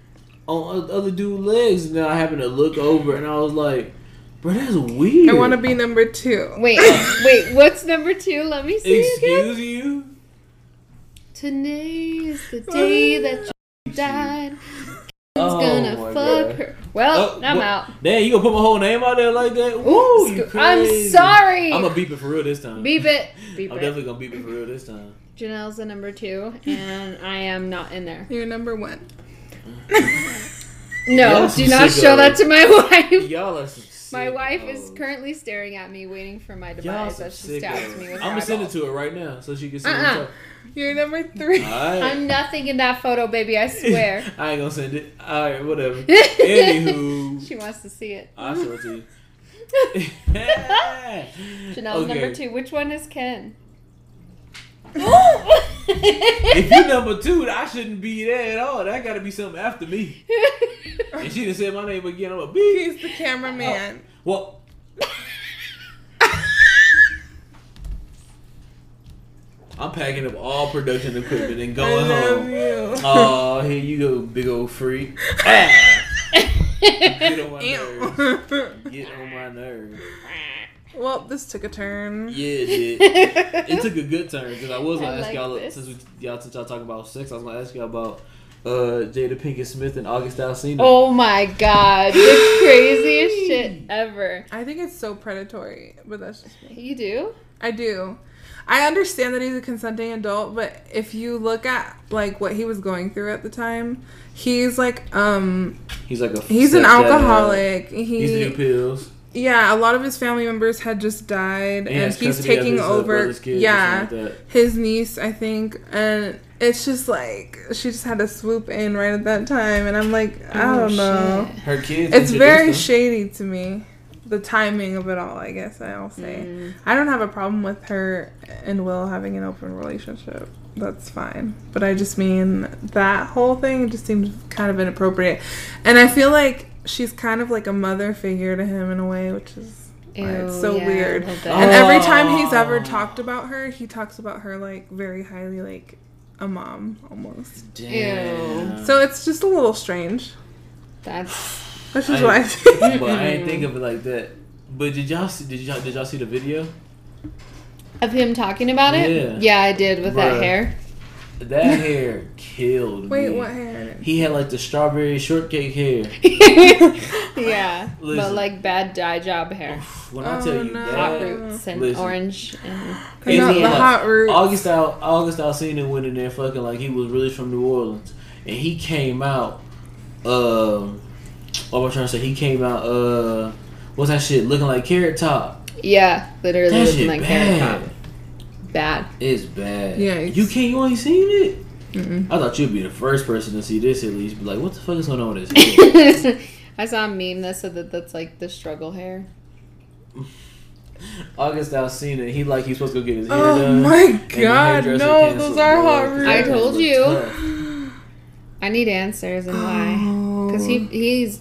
[SPEAKER 3] on o- other dude legs? And then I happened to look over, and I was like, "Bro, that's weird."
[SPEAKER 2] I want to be number two.
[SPEAKER 4] Wait, wait. What's number two? Let me see again.
[SPEAKER 3] Excuse you.
[SPEAKER 4] Today is the day that you died. Kim's
[SPEAKER 3] Oh
[SPEAKER 4] gonna
[SPEAKER 3] my
[SPEAKER 4] fuck
[SPEAKER 3] God.
[SPEAKER 4] her. Well,
[SPEAKER 3] Oh,
[SPEAKER 4] I'm
[SPEAKER 3] what-
[SPEAKER 4] out.
[SPEAKER 3] Damn, you gonna put my whole name out there like that? Ooh, you
[SPEAKER 4] Sco- I'm
[SPEAKER 3] crazy.
[SPEAKER 4] sorry.
[SPEAKER 3] I'm gonna beep it for real this time.
[SPEAKER 4] Beep it. Beep
[SPEAKER 3] I'm
[SPEAKER 4] it.
[SPEAKER 3] definitely gonna beep it for real this
[SPEAKER 4] (laughs)
[SPEAKER 3] time.
[SPEAKER 4] Janelle's the
[SPEAKER 3] (laughs)
[SPEAKER 4] number two, and I am not in there.
[SPEAKER 2] You're number one.
[SPEAKER 4] No,
[SPEAKER 3] Y'all some
[SPEAKER 4] do not show
[SPEAKER 3] sickos.
[SPEAKER 4] that to my (laughs) wife.
[SPEAKER 3] Y'all are some sick
[SPEAKER 4] My wife is
[SPEAKER 3] hoes.
[SPEAKER 4] currently staring at me, waiting for my
[SPEAKER 3] Y'all
[SPEAKER 4] demise
[SPEAKER 3] some
[SPEAKER 4] as she
[SPEAKER 3] sick
[SPEAKER 4] stabs me
[SPEAKER 3] I'm
[SPEAKER 4] with
[SPEAKER 3] gonna
[SPEAKER 4] her
[SPEAKER 3] send it
[SPEAKER 4] eyeball.
[SPEAKER 3] to her right now so she can see.
[SPEAKER 4] Uh-uh.
[SPEAKER 3] Uh-uh.
[SPEAKER 2] You're number three.
[SPEAKER 3] All right.
[SPEAKER 4] I'm nothing in that photo, baby.
[SPEAKER 3] (laughs)
[SPEAKER 4] I swear.
[SPEAKER 3] I ain't gonna send it. All right, whatever. Anywho,
[SPEAKER 4] (laughs) she wants to see it. (laughs)
[SPEAKER 3] I show it to you. (laughs)
[SPEAKER 4] Janelle's number
[SPEAKER 3] Okay.
[SPEAKER 4] two. Which one is Ken?
[SPEAKER 3] If
[SPEAKER 4] (laughs)
[SPEAKER 3] you number two, I shouldn't be there at all. That gotta be something after me. And she done said my name again. I'm a beep.
[SPEAKER 2] (laughs) He's the cameraman.
[SPEAKER 3] Well, I'm packing up all production equipment and
[SPEAKER 2] I
[SPEAKER 3] going
[SPEAKER 2] love
[SPEAKER 3] home.
[SPEAKER 2] you. (laughs)
[SPEAKER 3] Oh, here you go, big old freak. Ah, get on my nerves.
[SPEAKER 2] Ew.
[SPEAKER 3] Get on my nerves.
[SPEAKER 2] (laughs) well, this took a turn.
[SPEAKER 3] Yeah,
[SPEAKER 2] (laughs)
[SPEAKER 3] it did. it took a good turn because I was gonna
[SPEAKER 4] I
[SPEAKER 3] ask
[SPEAKER 4] like
[SPEAKER 3] y'all
[SPEAKER 4] this.
[SPEAKER 3] since we, y'all since y'all talking about sex, I was gonna ask y'all about uh, Jada Pinkett Smith and August Alsina.
[SPEAKER 4] oh my god, the craziest shit ever.
[SPEAKER 2] I think it's so predatory, but that's just me.
[SPEAKER 4] You do?
[SPEAKER 2] I do. I understand that he's a consenting adult, but if you look at like what he was going through at the time, he's like um
[SPEAKER 3] He's like a
[SPEAKER 2] he's an
[SPEAKER 3] stepdad. uh,
[SPEAKER 2] alcoholic.
[SPEAKER 3] He's the
[SPEAKER 2] He
[SPEAKER 3] new pills.
[SPEAKER 2] yeah, a lot of his family members had just died, and,
[SPEAKER 3] has
[SPEAKER 2] he's
[SPEAKER 3] custody of
[SPEAKER 2] taking
[SPEAKER 3] his, uh,
[SPEAKER 2] over.
[SPEAKER 3] brother's kids or
[SPEAKER 2] yeah,
[SPEAKER 3] something like that.
[SPEAKER 2] his niece, I think, and it's just like she just had to swoop in right at that time, and I'm like, I
[SPEAKER 4] Oh,
[SPEAKER 2] don't know.
[SPEAKER 4] shit.
[SPEAKER 3] Her kids.
[SPEAKER 2] It's very
[SPEAKER 3] introduced him.
[SPEAKER 2] shady to me. The timing of it all, I guess I'll say. I don't have a problem with her and Will having an open relationship. That's fine. But I just mean that whole thing just seemed kind of inappropriate. And I feel like she's kind of like a mother figure to him in a way, which is why it's
[SPEAKER 4] Ew,
[SPEAKER 2] so
[SPEAKER 4] yeah, a
[SPEAKER 2] weird.
[SPEAKER 4] little bit.
[SPEAKER 2] And every time he's
[SPEAKER 3] Oh.
[SPEAKER 2] ever talked about her, he talks about her like very highly, like a mom almost.
[SPEAKER 3] Damn.
[SPEAKER 2] So it's just a little strange,
[SPEAKER 4] That's
[SPEAKER 2] which is
[SPEAKER 3] I- (laughs)
[SPEAKER 2] why.
[SPEAKER 3] but I ain't think of it like that. But did y'all see? Did y'all did y'all see the video?
[SPEAKER 4] of him talking about it?
[SPEAKER 3] Yeah.
[SPEAKER 4] Yeah, I did with that
[SPEAKER 3] Bruh.
[SPEAKER 4] hair.
[SPEAKER 3] (laughs)
[SPEAKER 2] (laughs)
[SPEAKER 3] That hair killed
[SPEAKER 2] Wait,
[SPEAKER 3] me.
[SPEAKER 2] what hair?
[SPEAKER 3] He had like the strawberry shortcake hair.
[SPEAKER 4] yeah. But
[SPEAKER 3] Listen.
[SPEAKER 4] like bad dye job hair.
[SPEAKER 3] When I
[SPEAKER 2] Oh,
[SPEAKER 3] tell you
[SPEAKER 2] no.
[SPEAKER 4] Hot
[SPEAKER 3] that,
[SPEAKER 4] roots and
[SPEAKER 3] Listen.
[SPEAKER 4] orange and
[SPEAKER 3] And
[SPEAKER 2] No,
[SPEAKER 3] then,
[SPEAKER 2] the
[SPEAKER 3] like,
[SPEAKER 2] hot roots.
[SPEAKER 3] August Al August Alsina went in there fucking like he was really from New Orleans, and he came out. Um, what am I trying to say? He came out. Uh, what's that shit? Looking like Carrot Top.
[SPEAKER 4] Yeah, literally
[SPEAKER 3] That
[SPEAKER 4] looking
[SPEAKER 3] shit
[SPEAKER 4] like carrot
[SPEAKER 3] bad.
[SPEAKER 4] top. Bad.
[SPEAKER 3] It's bad.
[SPEAKER 2] Yikes.
[SPEAKER 3] You can't. You ain't seen it. I thought you'd be the first person to see this at least. Be like, what the fuck is going on with
[SPEAKER 2] (laughs)
[SPEAKER 3] this? hair?
[SPEAKER 4] (laughs) I saw a meme that said that that's like the struggle hair.
[SPEAKER 3] August Alsina. He like he's supposed to go get his hair
[SPEAKER 2] Oh
[SPEAKER 3] done.
[SPEAKER 2] my
[SPEAKER 3] and the
[SPEAKER 2] God,
[SPEAKER 3] hairdresser
[SPEAKER 2] no,
[SPEAKER 3] canceled,
[SPEAKER 2] those are
[SPEAKER 3] bro,
[SPEAKER 2] hot
[SPEAKER 3] 'cause
[SPEAKER 2] roots.
[SPEAKER 3] that
[SPEAKER 4] I
[SPEAKER 3] shit
[SPEAKER 4] told
[SPEAKER 3] looked
[SPEAKER 4] you.
[SPEAKER 3] tough.
[SPEAKER 4] I need answers and why.
[SPEAKER 3] Oh.
[SPEAKER 4] Because he, he's.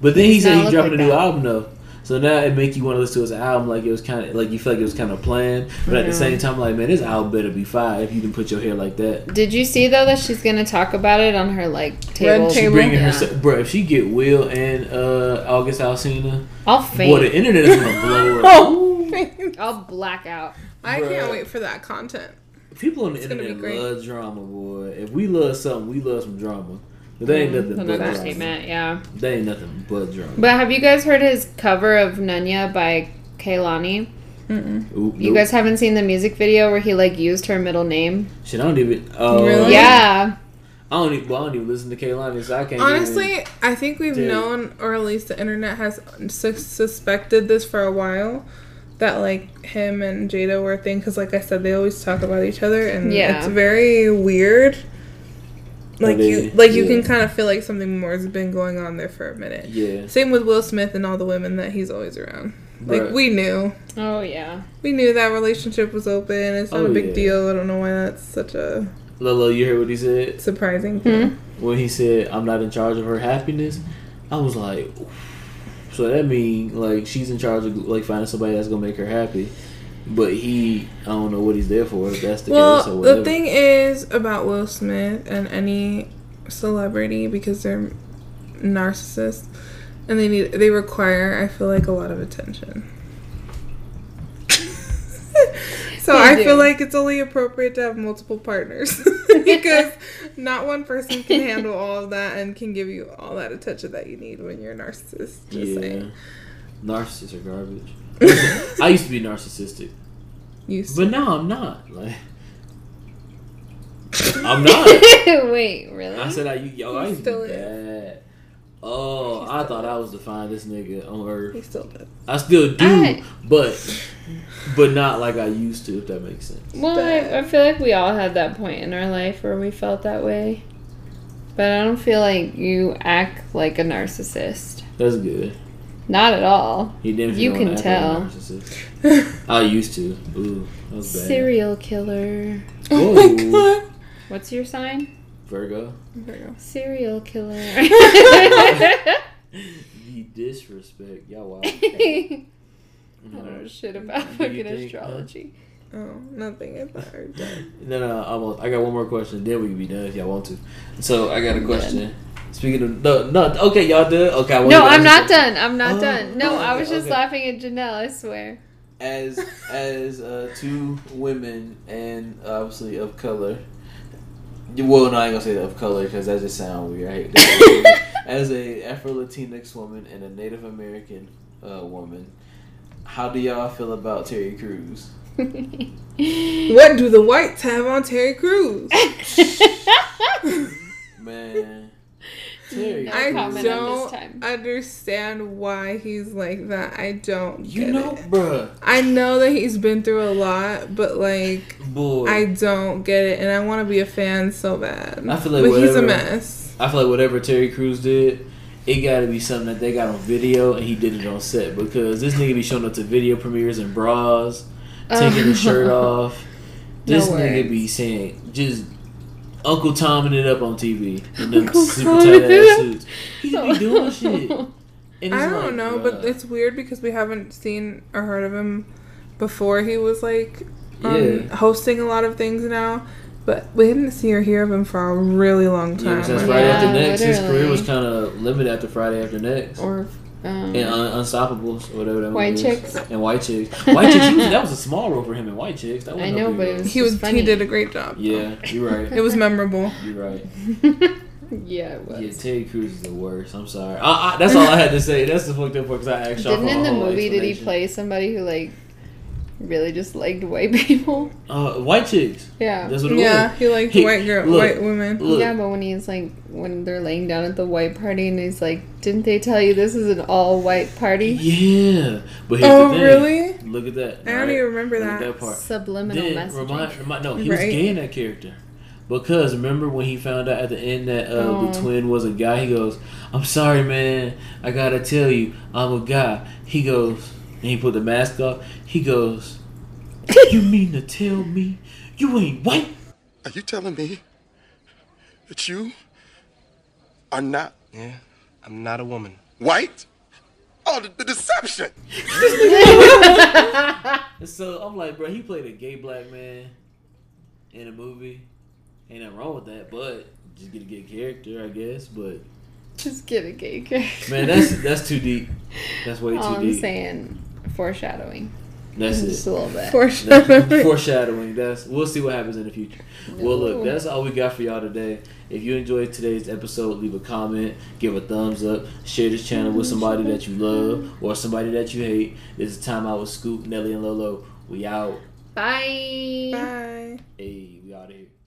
[SPEAKER 3] But then he
[SPEAKER 4] Now
[SPEAKER 3] said
[SPEAKER 4] look
[SPEAKER 3] he's dropping
[SPEAKER 4] like
[SPEAKER 3] a new
[SPEAKER 4] that.
[SPEAKER 3] album though. So now it make you want to listen to his album like it was kind of like you feel like it was kind of planned, but at the same time like man, this album better be fire if you can put your hair like that.
[SPEAKER 4] Did you see though that she's going to talk about it on her like table?
[SPEAKER 3] She
[SPEAKER 2] table.
[SPEAKER 3] bringing
[SPEAKER 4] Yeah.
[SPEAKER 3] herself, bro. If she get Will and uh August Alsina,
[SPEAKER 4] I'll
[SPEAKER 3] boy, the
[SPEAKER 4] faint.
[SPEAKER 3] internet is gonna blow up.
[SPEAKER 2] (laughs) Oh,
[SPEAKER 4] I'll black out.
[SPEAKER 2] I
[SPEAKER 3] Bruh.
[SPEAKER 2] can't wait for that content.
[SPEAKER 3] People on the
[SPEAKER 2] It's gonna be
[SPEAKER 3] internet
[SPEAKER 2] great.
[SPEAKER 3] love drama, boy. If we love something, we love some drama. But they ain't
[SPEAKER 2] Mm-hmm.
[SPEAKER 3] nothing
[SPEAKER 4] An
[SPEAKER 3] but drama.
[SPEAKER 4] understatement, yeah.
[SPEAKER 3] They ain't nothing but drama.
[SPEAKER 4] But have you guys heard his cover of Nanya by Kaylani?
[SPEAKER 3] Ooh,
[SPEAKER 4] You
[SPEAKER 3] nope.
[SPEAKER 4] guys haven't seen the music video where he like used her middle name?
[SPEAKER 3] Shit, I don't even. Oh,
[SPEAKER 2] Really?
[SPEAKER 4] Yeah.
[SPEAKER 3] I don't even. Well, I don't even listen to Kaylani, so I can't. even-
[SPEAKER 2] Honestly, I think we've
[SPEAKER 3] Dude.
[SPEAKER 2] known, or at least the internet has sus- suspected this for a while, that like him and Jada were a thing. Because, like I said, they always talk about each other, and
[SPEAKER 4] Yeah.
[SPEAKER 2] it's very weird. Like
[SPEAKER 3] Well, they-
[SPEAKER 2] you, like you
[SPEAKER 3] yeah.
[SPEAKER 2] can kind of feel like something more has been going on there for a minute.
[SPEAKER 3] yeah.
[SPEAKER 2] Same with Will Smith and all the women that he's always around. Like
[SPEAKER 3] Right.
[SPEAKER 2] we knew,
[SPEAKER 4] Oh yeah.
[SPEAKER 2] we knew that relationship was open. It's not
[SPEAKER 3] Oh,
[SPEAKER 2] a big
[SPEAKER 3] yeah.
[SPEAKER 2] deal. I don't know why that's such a
[SPEAKER 3] Lolo, you heard what he said
[SPEAKER 4] Hmm.
[SPEAKER 2] surprising thing.
[SPEAKER 3] when he said, "I'm not in charge of her happiness." I was like, "Oof." so that mean like she's in charge of like finding somebody that's gonna make her happy, but he, I don't know what he's there for. If that's the case or
[SPEAKER 2] Well,
[SPEAKER 3] whatever.
[SPEAKER 2] the thing is about Will Smith and any celebrity because they're narcissists and they need they require I feel like a lot of attention. (laughs) so
[SPEAKER 4] They
[SPEAKER 2] I
[SPEAKER 4] do.
[SPEAKER 2] feel like it's only appropriate to have multiple
[SPEAKER 4] (laughs)
[SPEAKER 2] partners (laughs) because not one person can handle all of that and can give you all that attention that you need when you're a narcissist. Just
[SPEAKER 3] yeah,
[SPEAKER 2] saying.
[SPEAKER 3] narcissists are garbage. (laughs) I used to be narcissistic.
[SPEAKER 2] Used to.
[SPEAKER 3] But no, I'm not. Like, I'm not.
[SPEAKER 4] (laughs) Wait, really?
[SPEAKER 3] I said I, yo, I
[SPEAKER 2] He
[SPEAKER 3] used
[SPEAKER 2] still
[SPEAKER 3] to be
[SPEAKER 2] is.
[SPEAKER 3] bad. Oh,
[SPEAKER 2] He
[SPEAKER 3] I
[SPEAKER 2] still
[SPEAKER 3] thought I was the finest nigga on
[SPEAKER 2] He
[SPEAKER 3] earth. (laughs)
[SPEAKER 2] still does.
[SPEAKER 3] I still do,
[SPEAKER 4] I-
[SPEAKER 3] but but not like I used to. If that makes sense.
[SPEAKER 4] well, I, I feel like we all had that point in our life where we felt that way. But I don't feel like you act like a narcissist.
[SPEAKER 3] That's good.
[SPEAKER 4] Not at all.
[SPEAKER 3] He didn't.
[SPEAKER 4] You can tell. (laughs)
[SPEAKER 3] I used to. Ooh, that was bad.
[SPEAKER 4] Serial killer.
[SPEAKER 2] Oh
[SPEAKER 3] Whoa.
[SPEAKER 2] my god.
[SPEAKER 4] What's your sign?
[SPEAKER 3] Virgo.
[SPEAKER 2] There you go.
[SPEAKER 4] Serial (laughs) killer.
[SPEAKER 3] You disrespect. Y'all
[SPEAKER 4] (laughs)
[SPEAKER 3] wild. Mm-hmm.
[SPEAKER 4] I don't know
[SPEAKER 3] No,
[SPEAKER 4] shit about
[SPEAKER 3] Do you
[SPEAKER 4] fucking
[SPEAKER 3] think-
[SPEAKER 4] astrology.
[SPEAKER 2] Oh, nothing. I thought I heard that.
[SPEAKER 3] no, no. I'm on- I got one more question. Then we can be done if y'all want to. So I got a question. Speaking of no, no. Okay, y'all done. Okay. I want you
[SPEAKER 4] No,
[SPEAKER 3] to
[SPEAKER 4] I'm
[SPEAKER 3] answer
[SPEAKER 4] not
[SPEAKER 3] that.
[SPEAKER 4] done. I'm not
[SPEAKER 3] Oh,
[SPEAKER 4] done. No,
[SPEAKER 3] oh,
[SPEAKER 4] I was
[SPEAKER 3] okay,
[SPEAKER 4] just
[SPEAKER 3] okay.
[SPEAKER 4] laughing at Janelle,
[SPEAKER 3] (laughs)
[SPEAKER 4] I swear.
[SPEAKER 3] as as uh, two women and obviously of color. Well, no, I ain't gonna say of color because that just sounds weird. I hate that. (laughs) as a Afro Latinx woman and a Native American uh, woman, how do y'all feel about Terry Crews?
[SPEAKER 2] What do the whites have on Terry Crews? (laughs)
[SPEAKER 3] Man, Terry,
[SPEAKER 4] No
[SPEAKER 2] I
[SPEAKER 3] Crews.
[SPEAKER 4] comment on this time.
[SPEAKER 2] don't understand why he's like that. I don't.
[SPEAKER 3] You
[SPEAKER 2] get
[SPEAKER 3] know,
[SPEAKER 2] it.
[SPEAKER 3] bruh,
[SPEAKER 2] I know that he's been through a lot, but like,
[SPEAKER 3] boy.
[SPEAKER 2] I
[SPEAKER 3] I,
[SPEAKER 2] don't get it, and I want to be a fan so bad.
[SPEAKER 3] I feel like
[SPEAKER 2] but he's a
[SPEAKER 3] whatever-
[SPEAKER 2] mess.
[SPEAKER 3] feel like whatever Terry Crews did. It gotta be something that they got on video and he did it on set because this nigga be showing up to video premieres in bras. taking his shirt off. This
[SPEAKER 4] No
[SPEAKER 3] nigga
[SPEAKER 4] words.
[SPEAKER 3] be saying just Uncle Tomming it up on TV in them
[SPEAKER 4] Uncle
[SPEAKER 3] super
[SPEAKER 4] Tomming
[SPEAKER 3] tight
[SPEAKER 4] it up.
[SPEAKER 3] ass suits. He just be
[SPEAKER 4] (laughs)
[SPEAKER 3] doing shit. And it's
[SPEAKER 2] I don't
[SPEAKER 3] like, uh,
[SPEAKER 2] know, but
[SPEAKER 3] bruh,
[SPEAKER 2] it's weird because we haven't seen or heard of him before. He was like um,
[SPEAKER 3] yeah.
[SPEAKER 2] hosting a lot of things now, but we didn't see or hear of him for a really long
[SPEAKER 3] Yeah,
[SPEAKER 2] time.
[SPEAKER 3] since
[SPEAKER 2] Like,
[SPEAKER 3] Friday
[SPEAKER 4] Yeah,
[SPEAKER 3] After Next, his career
[SPEAKER 4] literally.
[SPEAKER 3] was kind of limited after Friday After Next.
[SPEAKER 4] Or um, (laughs)
[SPEAKER 3] and un- Unstoppables, or whatever that
[SPEAKER 4] White
[SPEAKER 3] movie is.
[SPEAKER 4] Chicks.
[SPEAKER 3] And White Chicks. White Chicks, he was, that was a small role for him in White Chicks. That
[SPEAKER 4] I
[SPEAKER 3] wasn't no
[SPEAKER 4] know,
[SPEAKER 3] big
[SPEAKER 4] but it
[SPEAKER 3] role.
[SPEAKER 4] was
[SPEAKER 2] he was
[SPEAKER 4] just funny.
[SPEAKER 2] he did a great job.
[SPEAKER 3] Yeah, you're right.
[SPEAKER 4] (laughs)
[SPEAKER 2] It was memorable.
[SPEAKER 3] You're right.
[SPEAKER 4] yeah, it was.
[SPEAKER 3] Yeah, Terry Crews is the worst. I'm sorry. I, I, that's all I had to say. That's the fucked up part because I asked y'all
[SPEAKER 4] Didn't
[SPEAKER 3] for a
[SPEAKER 4] in the
[SPEAKER 3] whole
[SPEAKER 4] movie did he
[SPEAKER 3] explanation.
[SPEAKER 4] play somebody who like really just liked white (laughs) people?
[SPEAKER 3] Uh, white chicks.
[SPEAKER 4] Yeah.
[SPEAKER 3] That's what it
[SPEAKER 2] Yeah,
[SPEAKER 3] was.
[SPEAKER 2] he liked
[SPEAKER 3] He-
[SPEAKER 2] white girl,
[SPEAKER 3] look,
[SPEAKER 2] white women.
[SPEAKER 3] Look,
[SPEAKER 4] Yeah, but when he's like when they're laying down at the white party and he's like, "Didn't they tell you this is an all white party?"
[SPEAKER 3] yeah. But here's
[SPEAKER 2] Oh,
[SPEAKER 3] the thing.
[SPEAKER 2] really?
[SPEAKER 3] Look at that.
[SPEAKER 2] I don't even remember
[SPEAKER 3] Look at
[SPEAKER 2] that.
[SPEAKER 3] that part.
[SPEAKER 4] Subliminal
[SPEAKER 3] Then
[SPEAKER 4] message.
[SPEAKER 3] remind, remind, no, he
[SPEAKER 2] Right.
[SPEAKER 3] was gay in that character. Because remember when he found out at the end that uh,
[SPEAKER 4] Oh.
[SPEAKER 3] the twin was a guy, he goes, "I'm sorry, man. I gotta tell you, I'm a guy." He goes, and he put the mask off. He goes, "You mean to tell me you ain't white?"
[SPEAKER 7] Are you telling me that you are not? Yeah, I'm not a woman. White? Oh, the, the deception!
[SPEAKER 3] And so I'm like, bro, he played a gay black man in a movie. Ain't nothing wrong with that, but just get a good character, I guess. But
[SPEAKER 4] (laughs) Just get a gay character.
[SPEAKER 3] man, that's that's too deep. That's way too
[SPEAKER 4] (laughs) all Oh, I'm
[SPEAKER 3] deep.
[SPEAKER 4] saying. Foreshadowing.
[SPEAKER 3] That's
[SPEAKER 4] Just
[SPEAKER 3] it.
[SPEAKER 4] a little bit.
[SPEAKER 3] That's (laughs)
[SPEAKER 2] Foreshadowing.
[SPEAKER 3] foreshadowing. That's we'll see what happens in the future. Well, look, that's all we got for y'all today. If you enjoyed today's episode, leave a comment, give a thumbs up, share this channel with somebody that you love or somebody that you hate. This is time out with Scoop, Nelly, and Lolo. We out.
[SPEAKER 4] Bye.
[SPEAKER 2] Bye.
[SPEAKER 3] Hey, we out here.